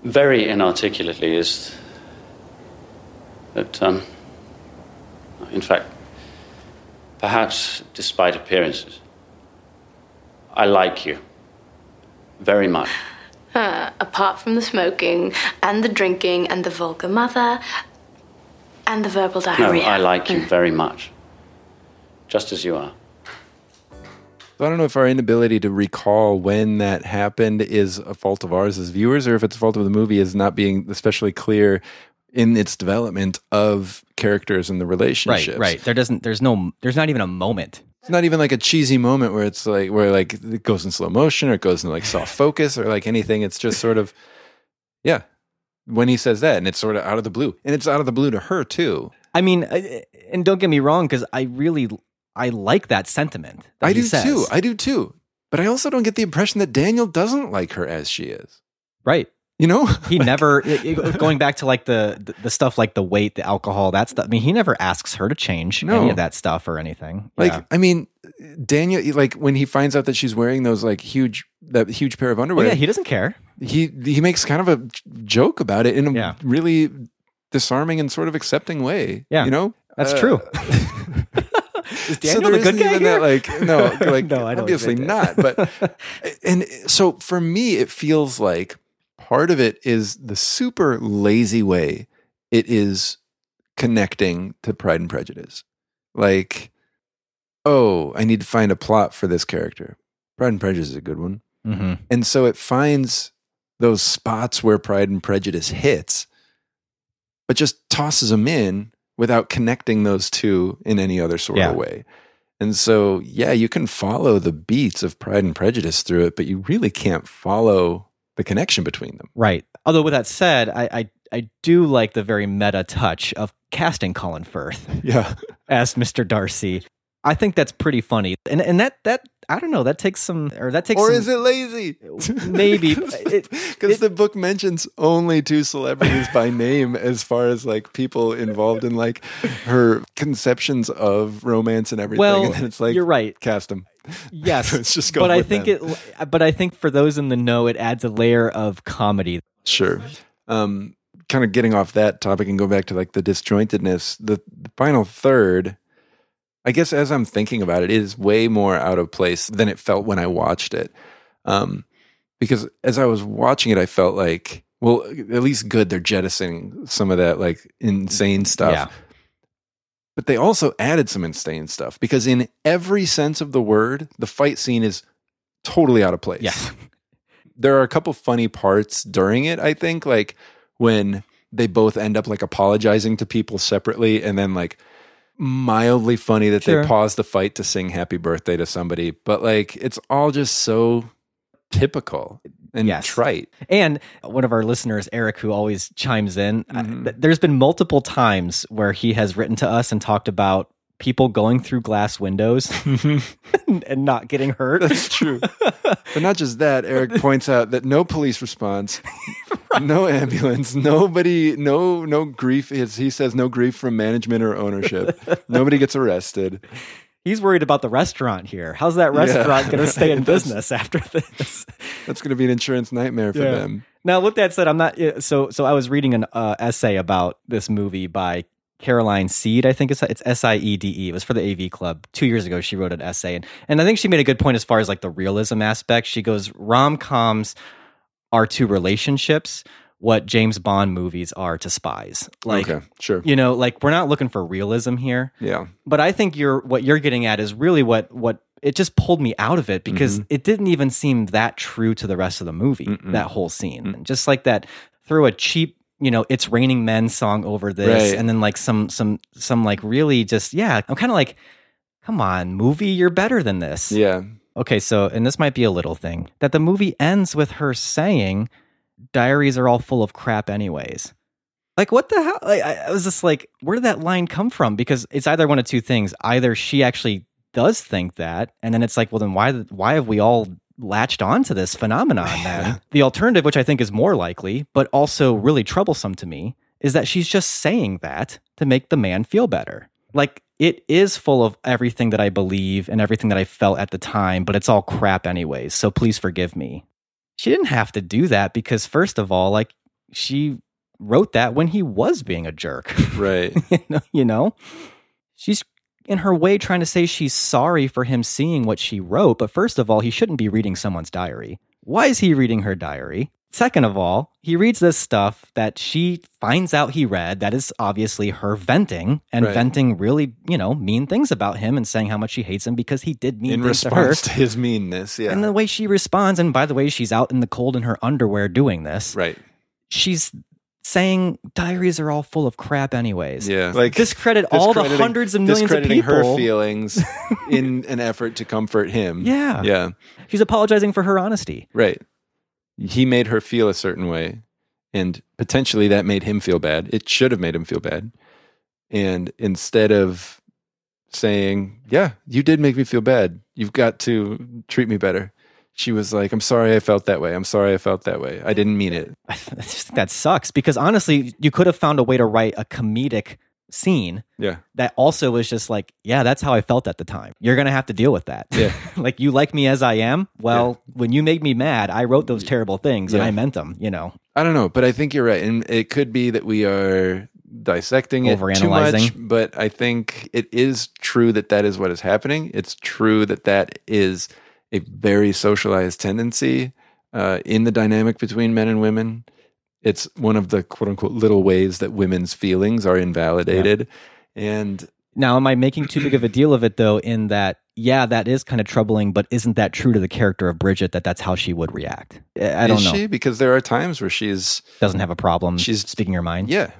very inarticulately is that, um, in fact, perhaps despite appearances, I like you very much. Uh, Apart from the smoking and the drinking and the vulgar mother and the verbal No, diarrhea. I like you very much. Just as you are. So I don't know if our inability to recall when that happened is a fault of ours as viewers, or if it's a fault of the movie is not being especially clear in its development of characters and the relationships. right. There doesn't. There's no. There's not even a moment. It's not even like a cheesy moment where it's like where like it goes in slow motion or it goes in like soft focus or like anything. It's just sort of yeah. When he says that, and it's sort of out of the blue, and it's out of the blue to her too. I mean, I- and don't get me wrong, because I really I like that sentiment. that I he do says. too. I do too. But I also don't get the impression that Daniel doesn't like her as she is. right. You know, He never it- it- going back to like the, the the stuff like the weight, the alcohol, that stuff. I mean, he never asks her to change No. any of that stuff or anything. Like, Yeah. I mean, Daniel, like when he finds out that she's wearing those like huge, that huge pair of Oh, underwear, yeah, he doesn't care. he, he makes kind of a j- joke about it in a Yeah. really disarming and sort of accepting way. Yeah. You know, That's Uh, true. Is so Daniel there the good isn't guy even here? that like no like No, I don't obviously admit not that. but and so for me it feels like part of it is the super lazy way it is connecting to pride and prejudice like oh i need to find a plot for this character pride and prejudice is a good one Mm-hmm. And so it finds those spots where Pride and Prejudice hits, but just tosses them in without connecting those two in any other sort Yeah. of way. And so, yeah, you can follow the beats of Pride and Prejudice through it, but you really can't follow the connection between them. Right. Although, with that said, I, I, I do like the very meta touch of casting Colin Firth Yeah. as Mr. Darcy. I think that's pretty funny. And, and that, that, I don't know, that takes some, or that takes or some- is it lazy? Maybe. Because the book mentions only two celebrities by name as far as like people involved in like her conceptions of romance and everything. Well, and then it's like, you're right. Cast them. Yes. Let's just go but I with think them. it, but I think for those in the know, it adds a layer of comedy. Sure. Um, kind of getting off that topic and go back to like the disjointedness, the, the final third, I guess as I'm thinking about it, it is way more out of place than it felt when I watched it. Um, because as I was watching it, I felt like, well, at least good, they're jettisoning some of that like insane stuff. Yeah. But they also added some insane stuff because in every sense of the word, the fight scene is totally out of place Yeah. there are a couple funny parts during it i think like when they both end up like apologizing to people separately and then like mildly funny that Sure. they pause the fight to sing happy birthday to somebody but like it's all just so typical and Yes. trite And one of our listeners, Eric, who always chimes in, I- Mhm. th- there's been multiple times where he has written to us and talked about people going through glass windows and, and not getting hurt. That's true. but not just that eric points out that no police response no ambulance nobody no no grief is he says no grief from management or ownership nobody gets arrested He's worried about the restaurant here. How's that Yeah, restaurant going to stay in right. That's- business after this? that's going to be an insurance nightmare for Yeah. them Now, with that said, I'm not uh, so so. I was reading an uh, essay about this movie by Caroline Seed. I think it's it's S I E D E. It was for the AV Club two years ago. She wrote an essay, and and I think she made a good point as far as like the realism aspect. She goes, rom coms are to relationships what James Bond movies are to spies. Like okay sure you know, like we're not looking for realism here yeah but I think you're what you're getting at is really what what it just pulled me out of it because it didn't even seem that true to the rest of the movie Mm-hmm. Mm-mm. that whole scene And just like that throw a cheap you know it's raining men song over this Right. and then like some some some like really just yeah I'm kind of like come on movie you're better than this Yeah. okay so and this might be a little thing that the movie ends with her saying diaries are all full of crap anyways like what the hell? Like, I, I was just like, where did that line come from? Because it's either one of two things: either she actually does think that, and then it's like, well, then why why have we all latched onto this phenomenon? Then the alternative, which I think is more likely, but also really troublesome to me, is that she's just saying that to make the man feel better. Like it is full of everything that I believe and everything that I felt at the time, but it's all crap anyways. So please forgive me. She didn't have to do that because first of all, like she wrote that when he was being a jerk. Right. you know- you know, she's in her way trying to say she's sorry for him seeing what she wrote. But first of all, he shouldn't be reading someone's diary. Why is he reading her diary? Second of all, he reads this stuff that she finds out he read. That is obviously her venting and Right. venting really, you know, mean things about him and saying how much she hates him because he did mean In things to her. response to his meanness. Yeah. And the way she responds, and by the way, she's out in the cold in her underwear doing this right. she's saying diaries are all full of crap anyways. Yeah. Like Discredit all the discrediting- hundreds of millions of discrediting people. her feelings in an effort to comfort him. Yeah. Yeah. She's apologizing for her honesty. Right. He made her feel a certain way. And potentially that made him feel bad. It should have made him feel bad. And instead of saying, Yeah, you did make me feel bad. You've got to treat me better. She was like, I'm sorry I felt that way. I'm sorry I felt that way. I didn't mean it. I just think that sucks because honestly, you could have found a way to write a comedic scene Yeah. that also was just like, yeah, that's how I felt at the time. You're going to have to deal with that. Yeah. like, you like me as I am. Well, when you make me mad, I wrote those terrible things and Yeah. I meant them, you know. I don't know, but I think you're right, and it could be that we are dissecting it too much. Overanalyzing. But I think it is true that that is what is happening. It's true that that is a very socialized tendency uh, in the dynamic between men and women. It's one of the quote unquote little ways that women's feelings are invalidated, and Now, am I making too big of a deal of it though? In that, yeah, that is kind of troubling, but isn't that true to the character of Bridget that that's how she would react? I I don't is know. she? Because there are times where she is Doesn't have a problem. She's- speaking her mind. yeah,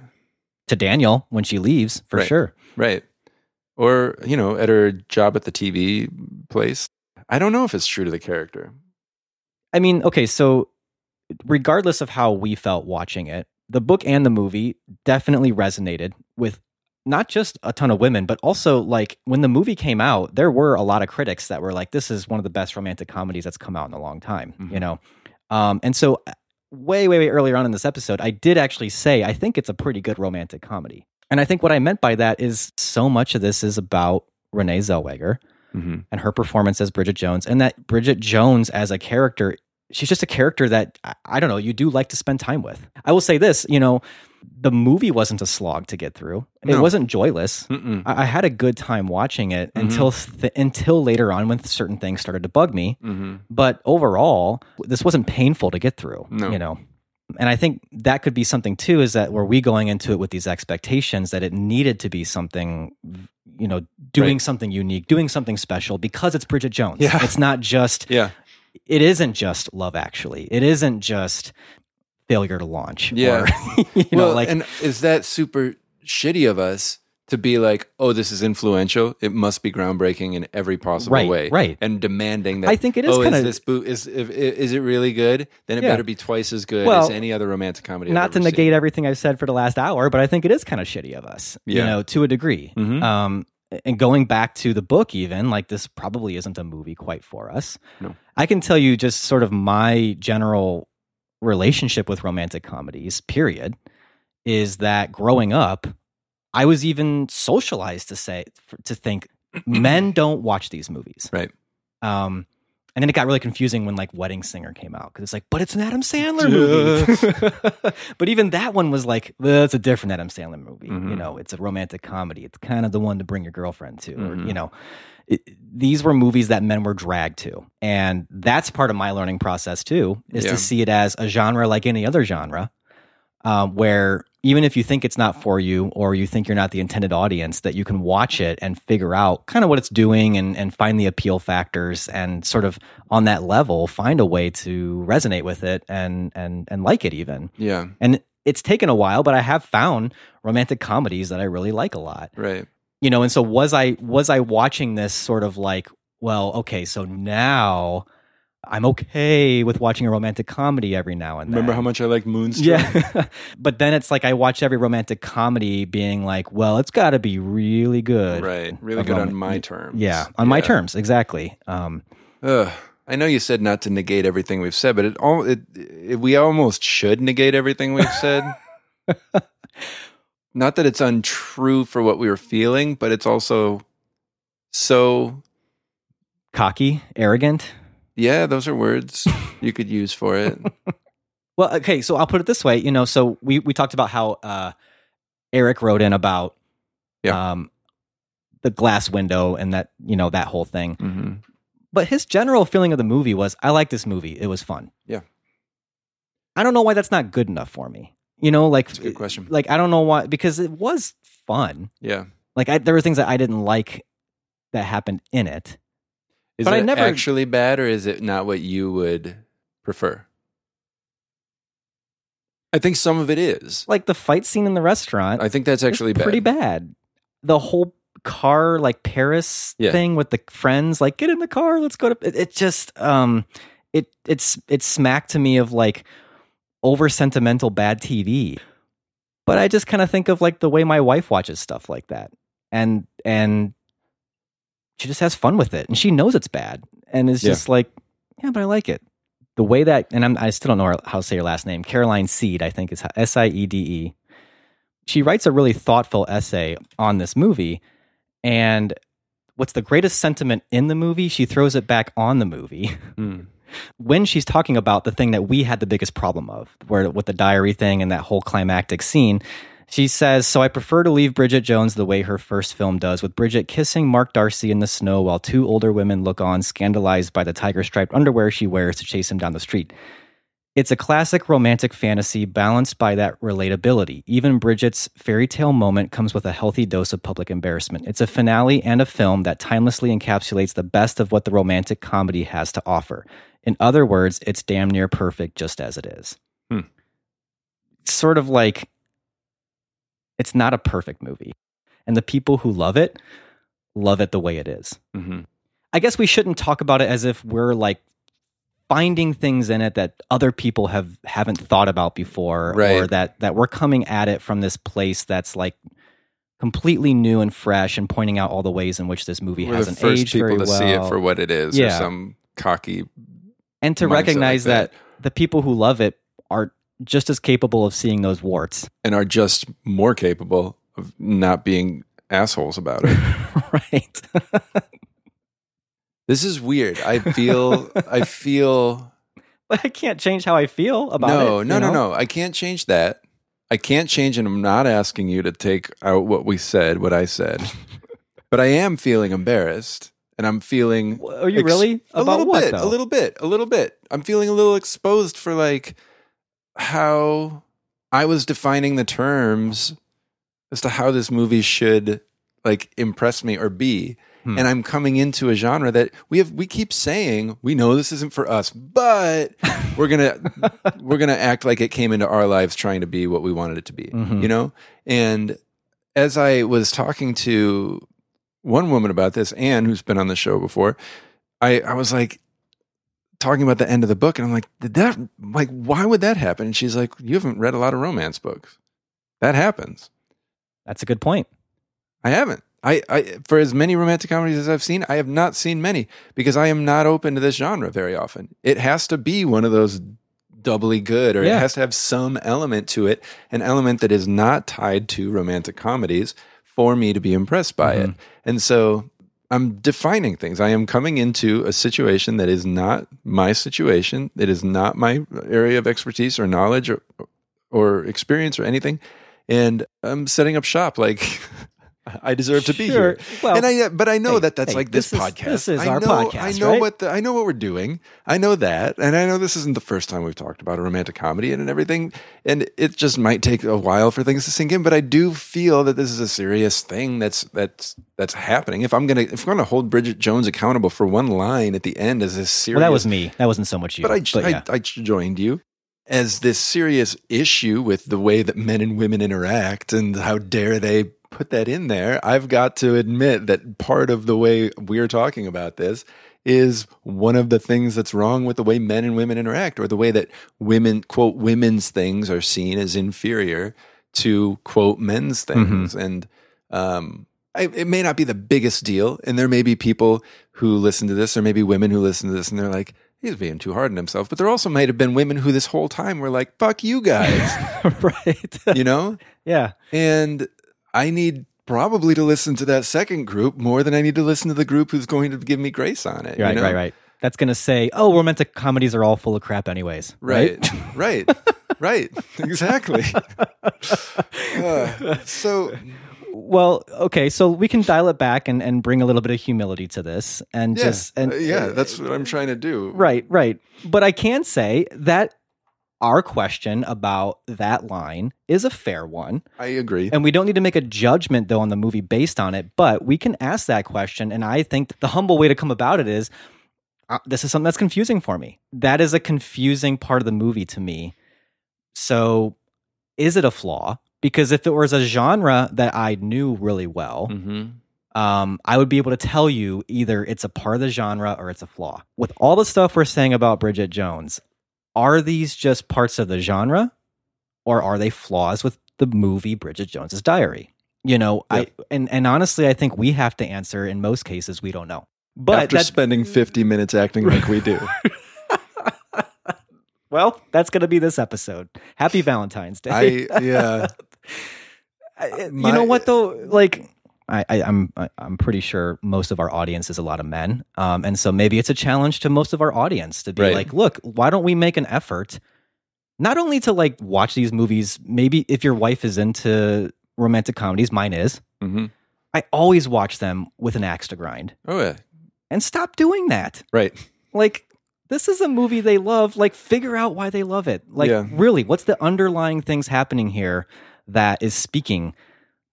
To Daniel when she leaves, for Right. sure. right. Or, you know, at her job at the TV place. I don't know if it's true to the character. I mean, okay, so regardless of how we felt watching it, the book and the movie definitely resonated with not just a ton of women, but also like when the movie came out, there were a lot of critics that were like, this is one of the best romantic comedies that's come out in a long time, you Mhm. know? Um, and so, uh, way, way, way earlier on in this episode, I did actually say, I think it's a pretty good romantic comedy. And I think what I meant by that is so much of this is about Renee Zellweger Mm-hmm. and her performance as Bridget Jones, and that Bridget Jones as a character, she's just a character that I- I don't know, you do like to spend time with. I will say this, you know, the movie wasn't a slog to get through. It No. Hmm. wasn't joyless. Mm-mm. I, I had a good time watching it Mhm. until th- until later on when certain things started to bug me. Mm-hmm. But overall, this wasn't painful to get through. No. You know. And I think that could be something too, is that were we going into it with these expectations that it needed to be something, you know, doing Right. something unique, doing something special because it's Bridget Jones. Yeah. It's not just Yeah. it isn't just love actually. It isn't just failure to launch. Yeah. Or, you know, well, like and is that super shitty of us to be like, oh, this is influential? It must be groundbreaking in every possible Right, way, right. And demanding that. I think it is oh, kinda- this boot is if, i- is it really good? Then it Yeah. better be twice as good Well, as any other romantic comedy. not I've to ever negate everything I've said for the last hour, but I think it is kind of shitty of us, you Yeah. know, to a degree. Mhm. Um, and going back to the book, even like this probably isn't a movie quite for us. No. I can tell you just sort of my general relationship with romantic comedies, period, is that growing up, I was even socialized to say, to think men don't watch these movies. Right. Um, and then it got really confusing when like Wedding Singer came out because it's like, but it's an Adam Sandler movie. but even that one was like, well, it's a different Adam Sandler movie. You Mhm. know, it's a romantic comedy. It's kind of the one to bring your girlfriend to. Or, Mhm. you know, it, these were movies that men were dragged to, and that's part of my learning process too, is Yeah. to see it as a genre like any other genre, um, where even if you think it's not for you or you think you're not the intended audience, that you can watch it and figure out kind of what it's doing and and find the appeal factors and sort of on that level find a way to resonate with it and and and like it even. seen. yeah, And it's taken a while, but I have found romantic comedies that I really like a lot right. you know and so was i was i watching this sort of like well okay so now i'm okay with watching a romantic comedy every now and then Remember how much I like Moonstruck? yeah but then it's like i watch every romantic comedy being like well it's got to be really good right. Really Of good rom- on my terms. yeah on my terms exactly um Ugh. I know you said not to negate everything we've said, but it all it, it we almost should negate everything we've said. not that it's untrue for what we were feeling, but it's also so cocky arrogant yeah, those are words you could use for it. Well, okay, so I'll put it this way, you know, so we we talked about how uh Eric wrote in about Yeah. um the glass window and that, you know, that whole thing. hmm But his general feeling of the movie was I like this movie. It was fun. Yeah. I don't know why that's not good enough for me. You know, like That's a good question. like I don't know why because it was fun. Yeah. Like I, there were things that I didn't like that happened in it. Is But it I never- actually bad or is it not what you would prefer? I think some of it is. Like the fight scene in the restaurant. I think that's It's actually bad. pretty bad. The whole car like Paris Yeah. thing with the friends, like get in the car, let's go to. It, it just um, it it's it's smacked to me of like over sentimental bad TV. But I just kind of think of like the way my wife watches stuff like that, and and she just has fun with it, and she knows it's bad, and is Yeah. just like, yeah, but I like it. The way that, and I'm, I still don't know her- how to say her last name. Caroline Seed, I think is S I E D E she writes a really thoughtful essay on this movie and what's the greatest sentiment in the movie she throws it back on the movie Hmm. when she's talking about the thing that we had the biggest problem of where with the diary thing and that whole climactic scene she says so i prefer to leave bridget jones the way her first film does with bridget kissing mark darcy in the snow while two older women look on scandalized by the tiger striped underwear she wears to chase him down the street It's a classic romantic fantasy balanced by that relatability. Even Bridget's fairy tale moment comes with a healthy dose of public embarrassment. It's a finale and a film that timelessly encapsulates the best of what the romantic comedy has to offer. In other words, it's damn near perfect just as it is. Hmm. Sort of like it's not a perfect movie. And the people who love it love it the way it is. Mm-hmm. I guess we shouldn't talk about it as if we're like finding things in it that other people have haven't thought about before or Right. that that we're coming at it from this place that's like completely new and fresh and pointing out all the ways in which this movie We're the hasn't first aged people very to well see it for what it is, or Yeah. some cocky. and to mindset like recognize that. that. the people who love it are just as capable of seeing those warts and are just more capable of not being assholes about it. right this is weird. I feel. I feel. But i can't change how i feel about no, it no, you no, know? no. I can't change that. I can't change, and I'm not asking you to take out what we said, what I said. but I am feeling embarrassed, and I'm feeling. W- are you really a about little what bit, though a little bit, a little bit. I'm feeling a little exposed for like how I was defining the terms as to how this movie should like impress me or be. Hmm. And I'm coming into a genre that we have we keep saying we know this isn't for us, but we're gonna we're gonna act like it came into our lives trying to be what we wanted it to be. Mhm. You know? And as I was talking to one woman about this, Anne, who's been on the show before, I, I was like talking about the end of the book, and I'm like, did that like why would that happen? And she's like, You haven't read a lot of romance books. That happens. that's a good point I haven't. I, I for as many romantic comedies as I've seen, I have not seen many because I am not open to this genre very often. It has to be one of those doubly good or Yeah. it has to have some element to it, an element that is not tied to romantic comedies for me to be impressed by it. And so I'm defining things. I am coming into a situation that is not my situation. It is not my area of expertise or knowledge or, or experience or anything. And I'm setting up shop like I deserve to be Sure. here. Well, and I, uh, but I know hey, that that's hey, like this, this is- podcast. this is I our know, I podcast, know right? what the, I know what we're doing. I know that, and I know this isn't the first time we've talked about a romantic comedy and, and everything. And it just might take a while for things to sink in. But I do feel that this is a serious thing that's that's that's happening. If I'm gonna if I'm gonna hold Bridget Jones accountable for one line at the end as this serious, well that was me that wasn't so much you but I, I, yeah. I joined you as this serious issue with the way that men and women interact and how dare they put that in there. I've got to admit that part of the way we're talking about this is one of the things that's wrong with the way men and women interact or the way that women, quote, women's things are seen as inferior to, quote, men's Mm-hmm. things. And, um, I, it may not be the biggest deal, and there may be people who listen to this, or maybe women who listen to this, and they're like, "He's being too hard on himself." But there also might have been women who, this whole time, were like, "Fuck you guys," right you know. yeah And I need probably to listen to that second group more than I need to listen to the group who's going to give me grace on it. you right know? right right that's gonna say oh romantic comedies are all full of crap anyways right, right, right, exactly. Uh, so Well, okay, so we can dial it back and, and bring a little bit of humility to this and yeah, just and uh, yeah, that's what I'm trying to do. right, right. But I can say that our question about that line is a fair one. I agree. And we don't need to make a judgment though on the movie based on it, but we can ask that question and I think the humble way to come about it is uh, this is something that's confusing for me. That is a confusing part of the movie to me. So, is it a flaw? Because if it was a genre that I knew really well, Mm-hmm. um, I would be able to tell you either it's a part of the genre or it's a flaw. With all the stuff we're saying about Bridget Jones, are these just parts of the genre or are they flaws with the movie Bridget Jones's Diary? You know, I and, and honestly, I think we have to answer in most cases we don't know. But after that's spending 50 minutes acting like we do. well, that's going to be this episode. Happy Valentine's Day. I yeah. I- My- you know what though like I, I, I'm I- I'm pretty sure most of our audience is a lot of men, um, and so maybe it's a challenge to most of our audience to be Right. like, look, why don't we make an effort, not only to like watch these movies. Maybe if your wife is into romantic comedies, mine is. Mm-hmm. I always watch them with an axe to grind, Oh yeah. and stop doing that. Right. Like, This is a movie they love. Like, figure out why they love it. Like, Yeah. really, what's the underlying things happening here that is speaking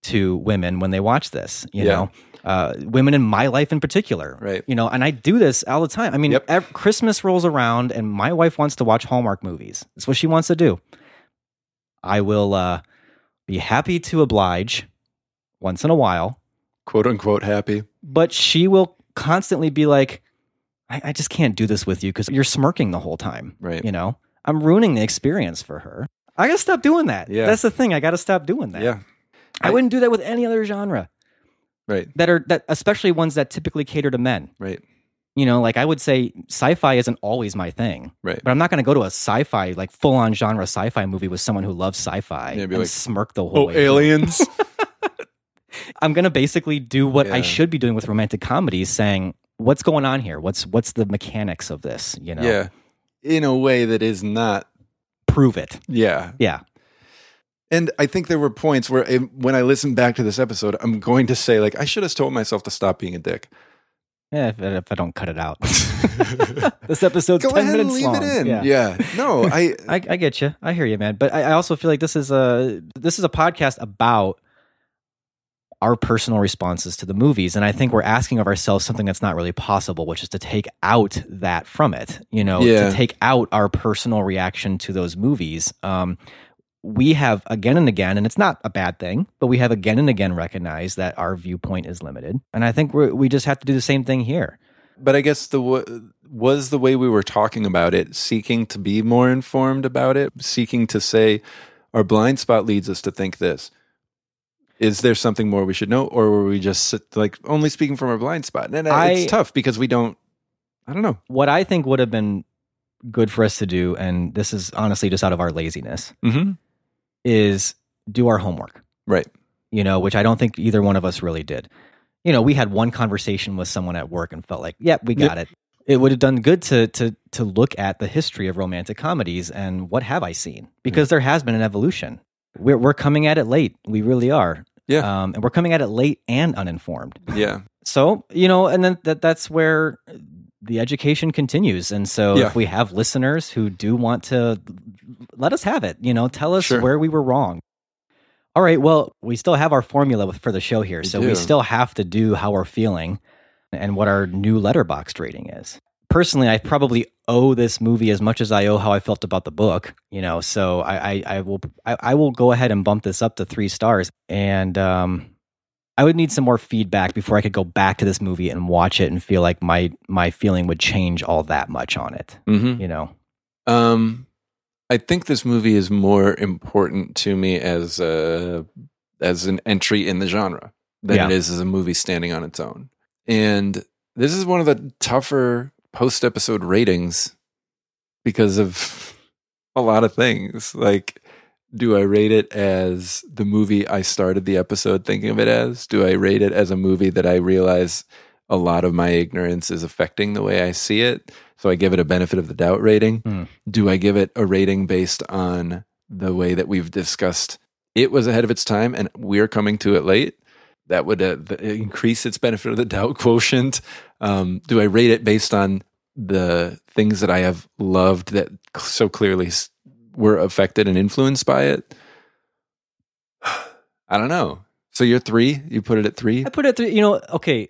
to women when they watch this? You Yeah. know, uh, women in my life in particular. Right. You know, and I do this all the time. I mean, ev- Christmas rolls around, and my wife wants to watch Hallmark movies. That's what she wants to do. I will uh, be happy to oblige once in a while, quote unquote happy. But she will constantly be like, I, I just can't do this with you because you're smirking the whole time. Right. You know, I'm ruining the experience for her. I got to stop doing that. Yeah. That's the thing. I got to stop doing that. Yeah. I, wouldn't do that with any other genre. Right. That are, that especially ones that typically cater to men. Right. You know, like I would say sci fi isn't always my thing. Right. But I'm not going to go to a sci fi, like full on genre sci fi movie with someone who loves sci fi Yeah, and be like, smirk the whole Oh, way. through." aliens. I'm gonna basically do what I Yeah. should be doing with romantic comedies, saying what's going on here, what's what's the mechanics of this, you know? Yeah. In a way that is not. prove it. Yeah. Yeah, And I think there were points where, eh, when I listen back to this episode, I'm going to say, like, I should have told myself to stop being a dick. yeah. If, if I don't cut it out, this episode's Go ten ahead and minutes leave long. it in. Yeah. No, I, I, I get you. I hear you, man. But I, I also feel like this is a this is a podcast about our personal responses to the movies, and I think we're asking of ourselves something that's not really possible, which is to take out that from it. You know, Yeah. to take out our personal reaction to those movies. Um, we have again and again, and it's not a bad thing, but we have again and again recognized that our viewpoint is limited, and I think we we just have to do the same thing here. but I guess the wa- was the way we were talking about it, seeking to be more informed about it, seeking to say our blind spot leads us to think this. Is there something more we should know, or were we just sit- like only speaking from our blind spot? And I, I- it's tough because we don't. I don't know. what I think would have been good for us to do, and this is honestly just out of our laziness, Mm-hmm. is do our homework, Right. you know, which I don't think either one of us really did. You know, we had one conversation with someone at work and felt like, yep, we got it. It would have done good to to to look at the history of romantic comedies and what have I seen? Mm-hmm. Because there has been an evolution. We're we're coming at it late. We really are. Yeah. Um, and we're coming at it late and uninformed Yeah. so you know and then that that's where the education continues and so Yeah. if we have listeners who do want to let us have it you know tell us Sure. where we were wrong all right well we still have our formula with- for the show here so do. we still have to do how we're feeling and what our new letterboxd rating is personally i probably owe this movie as much as i owe how i felt about the book you know so i i, I will I, I will go ahead and bump this up to three stars and um I would need some more feedback before I could go back to this movie and watch it and feel like my my feeling would change all that much on it. Mm-hmm. You know, Um, I think this movie is more important to me as a as an entry in the genre than Yeah. it is as a movie standing on its own. And this is one of the tougher post episode ratings because of a lot of things. Like, do I rate it as the movie I started the episode thinking of it as? Do I rate it as a movie that I realize a lot of my ignorance is affecting the way I see it? So I give it a benefit of the doubt rating. Hmm. Do I give it a rating based on the way that we've discussed it was ahead of its time and we're coming to it late? That would uh, th- increase its benefit of the doubt quotient. Um, do I rate it based on the things that I have loved that c- so clearly s- were affected and influenced by it? I don't know. So you're three. You put it at three. I put it through. You know, okay.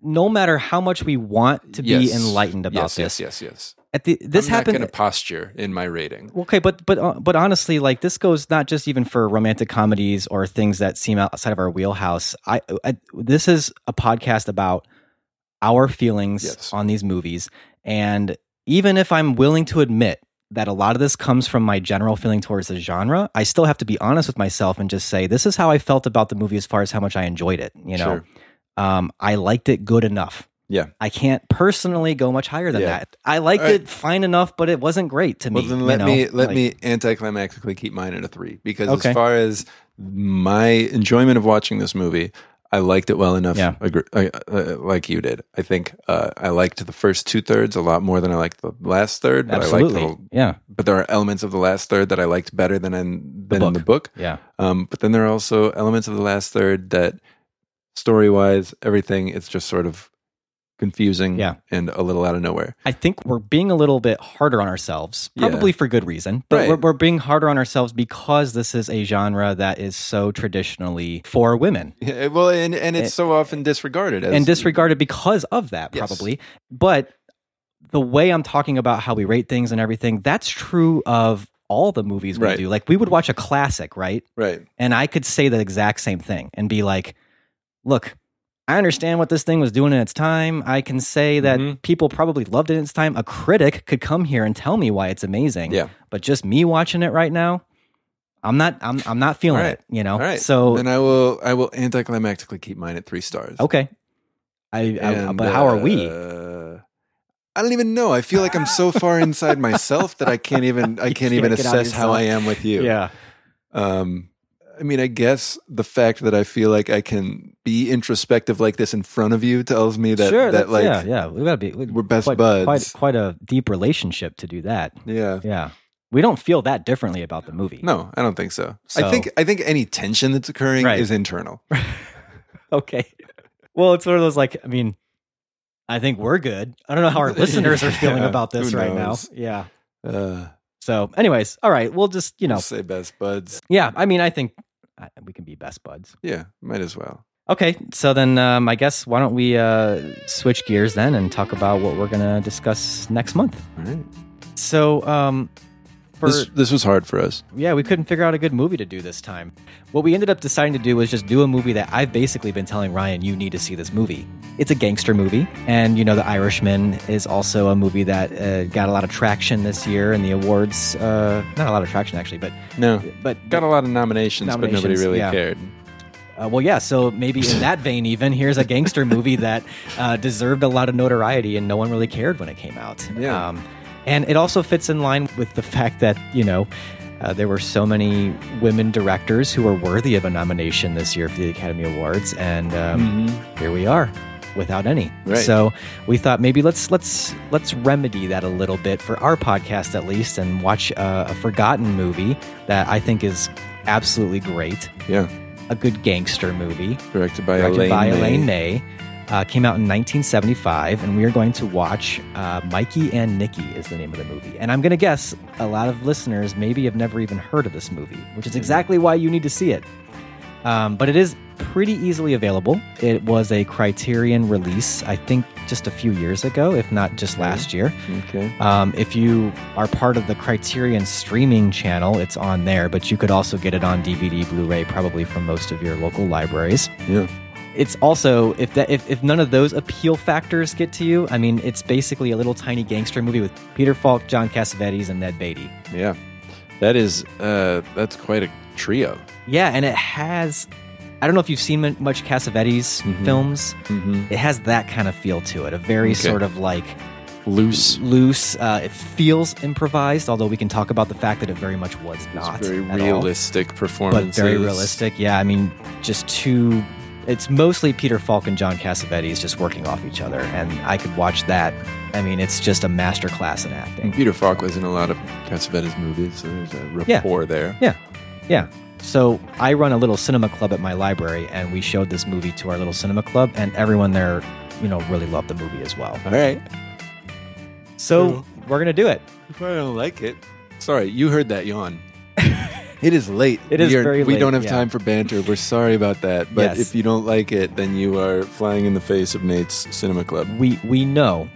No matter how much we want to be Yes. enlightened about yes, this, Yes, yes, yes. at the this I'm Not happened. going to posture in my rating. Okay, but but uh, but honestly, like this goes not just even for romantic comedies or things that seem outside of our wheelhouse. I, I this is a podcast about our feelings Yes. on these movies, and even if I'm willing to admit that a lot of this comes from my general feeling towards the genre, I still have to be honest with myself and just say this is how I felt about the movie as far as how much I enjoyed it. You know, Sure. um, I liked it good enough. Yeah. I can't personally go much higher than Yeah. that. I liked All right. it fine enough, but it wasn't great to Well, me. then you let know? me let Like- me anticlimactically keep mine at a three because Okay. as far as my enjoyment of watching this movie, I liked it well enough. Yeah. agr- I, uh, like you did. I think uh, I liked the first two thirds a lot more than I liked the last third. But I Absolutely. liked the, yeah. but there are elements of the last third that I liked better than in, than in book. the book. Yeah. Um, but then there are also elements of the last third that story wise, everything, it's just sort of confusing, yeah. and a little out of nowhere. I think we're being a little bit harder on ourselves, probably for good reason, but Right. we're, we're being harder on ourselves because this is a genre that is so traditionally for women. Yeah, well, and, and it's It- so often disregarded as Eh, and disregarded because of that probably but the way i'm talking about how we rate things and everything that's true of all the movies we Right. do like we would watch a classic right right. and i could say the exact same thing and be like look i understand what this thing was doing in its time i can say that Mm-hmm. people probably loved it in its time a critic could come here and tell me why it's amazing Yeah. but just me watching it right now i'm not i'm, I'm not feeling All right. it you know All right. so then I will I will anticlimactically keep mine at three stars. okay I, I And, but how are we uh, I don't even know. I feel like I'm so far inside myself that I can't even I can't, can't even get out of assess how yourself. I am with you. Um, I mean, I guess the fact that I feel like I can be introspective like this in front of you tells me that sure, that that's- like yeah, yeah, we gotta be we- we're best quite, buds. Quite, quite a deep relationship to do that. yeah. Yeah, we don't feel that differently about the movie. No, I don't think so. I So- think I think any tension that's occurring Right. is internal. Okay. Well, it's one of those like I mean, I think we're good. I don't know how our listeners are feeling Yeah, about this who right now. knows? Yeah. Uh, So, anyways, all right. We'll just you know, Say best buds. yeah. I mean, I think uh, we can be best buds. Yeah, might as well. Okay, so then um, I guess why don't we uh, switch gears then and talk about what we're gonna discuss next month? All right. So, um, for this this was hard for us. Yeah, we couldn't figure out a good movie to do this time. What we ended up deciding to do was just do a movie that I've basically been telling Ryan, you need to see this movie. It's a gangster movie. And, you know, The Irishman is also a movie that uh, got a lot of traction this year in the awards. Uh, not a lot of traction, actually, but. No, But got a lot of nominations, but nobody Nominations, really yeah. cared. uh, well, yeah. So maybe in that vein, even here's a gangster movie that uh, deserved a lot of notoriety, and no one really cared when it came out. Yeah. Um, and it also fits in line with the fact that you know uh, there were so many women directors who were worthy of a nomination this year for the Academy Awards, and um, here we are without any. Mm-hmm. Right. So we thought maybe let's let's let's remedy that a little bit for our podcast at least, and watch uh, a forgotten movie that I think is absolutely great Yeah, a good gangster movie directed by directed Elaine. by May. Elaine May. Uh, came out in 1975, and we are going to watch uh, Mikey and Nikki is the name of the movie. And I'm going to guess a lot of listeners maybe have never even heard of this movie, which is exactly why you need to see it. Um, but it is pretty easily available. It was a Criterion release, I think, just a few years ago, if not just last year. Okay. Um, if you are part of the Criterion streaming channel, it's on there, but you could also get it on DVD, Blu-ray, probably from most of your local libraries. Yeah. It's also if that if, if none of those appeal factors get to you, I mean, it's basically a little tiny gangster movie with Peter Falk, John Cassavetes, and Ned Beatty. Yeah. That is uh that's quite a trio. Yeah, and it has. I don't know if you've seen mu- much Cassavetes Mhm. films. Mm-hmm. It has that kind of feel to it, a very Okay. sort of like Loose. loose. Uh, it feels improvised, although we can talk about the fact that it very much was not. It's very at all. realistic but performances. very realistic. Yeah, I mean, just two. It's mostly Peter Falk and John Cassavetes just working off each other, and I could watch that. I mean, it's just a masterclass in acting. Peter Falk was in a lot of Cassavetes movies, so there's a Yeah. rapport there. Yeah, yeah. So I run a little cinema club at my library, and we showed this movie to our little cinema club, and everyone there, you know, really loved the movie as well. All right. So we're gonna do it. If I don't like it. Sorry, you heard that yawn. It is late. It is we are- very We late, don't have yeah. time for banter. We're sorry about that. But Yes. if you don't like it, then you are flying in the face of Nate's Cinema Club. We we know.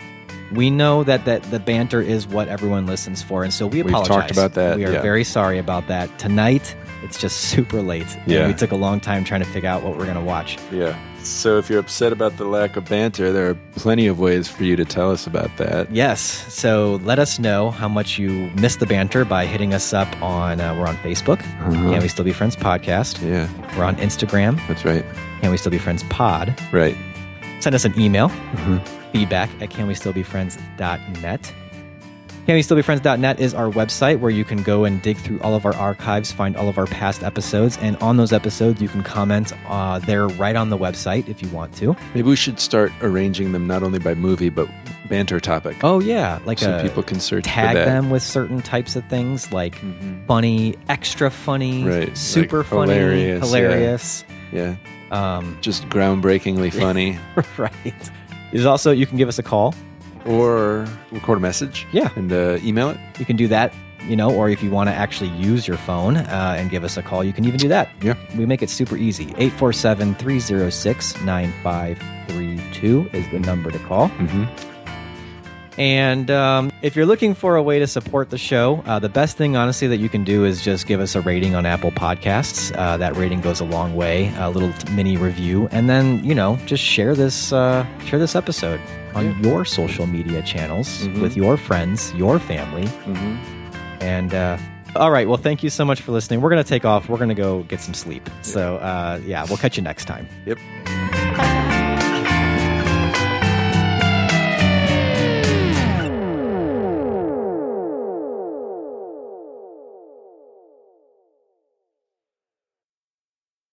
We know that, that the banter is what everyone listens for, and so we We've talked apologize. about that, We are yeah. very sorry about that. Tonight, it's just super late. and Yeah. we took a long time trying to figure out what we're gonna watch. Yeah. So if you're upset about the lack of banter, there are plenty of ways for you to tell us about that. Yes, so let us know how much you missed the banter by hitting us up on. Uh, we're on Facebook, Uh-huh. Can We Still Be Friends podcast. Yeah, We're on Instagram, that's right. Can We Still Be Friends pod. Right. Send us an email, Uh-huh. feedback at canwestillbefriends.net. Canwestillbefriends.net is our website where you can go and dig through all of our archives, find all of our past episodes, and on those episodes you can comment uh, there right on the website if you want to. Maybe we should start arranging them not only by movie but banter topic, Oh yeah, like so a, people can search for tag that. Mm-hmm. them with certain types of things like funny, extra funny, Right, like super funny, hilarious, hilarious. Yeah, Um, just groundbreakingly funny. right. There's also, you can give us a call. Or record a message. Yeah. And uh, email it. You can do that, you know, or if you want to actually use your phone uh, and give us a call, you can even do that. Yeah. We make it super easy. 847 306 9532 is the number to call. Mm-hmm. And um, if you're looking for a way to support the show, uh, the best thing, honestly, that you can do is just give us a rating on Apple Podcasts. Uh, that rating goes a long way. A little t- mini review, and then you know, just share this uh, share this episode on your social media channels Mhm. with your friends, your family, Mm-hmm. and. Uh, all right. Well, thank you so much for listening. We're going to take off. We're going to go get some sleep. So, uh, yeah, we'll catch you next time. Yep. Bye.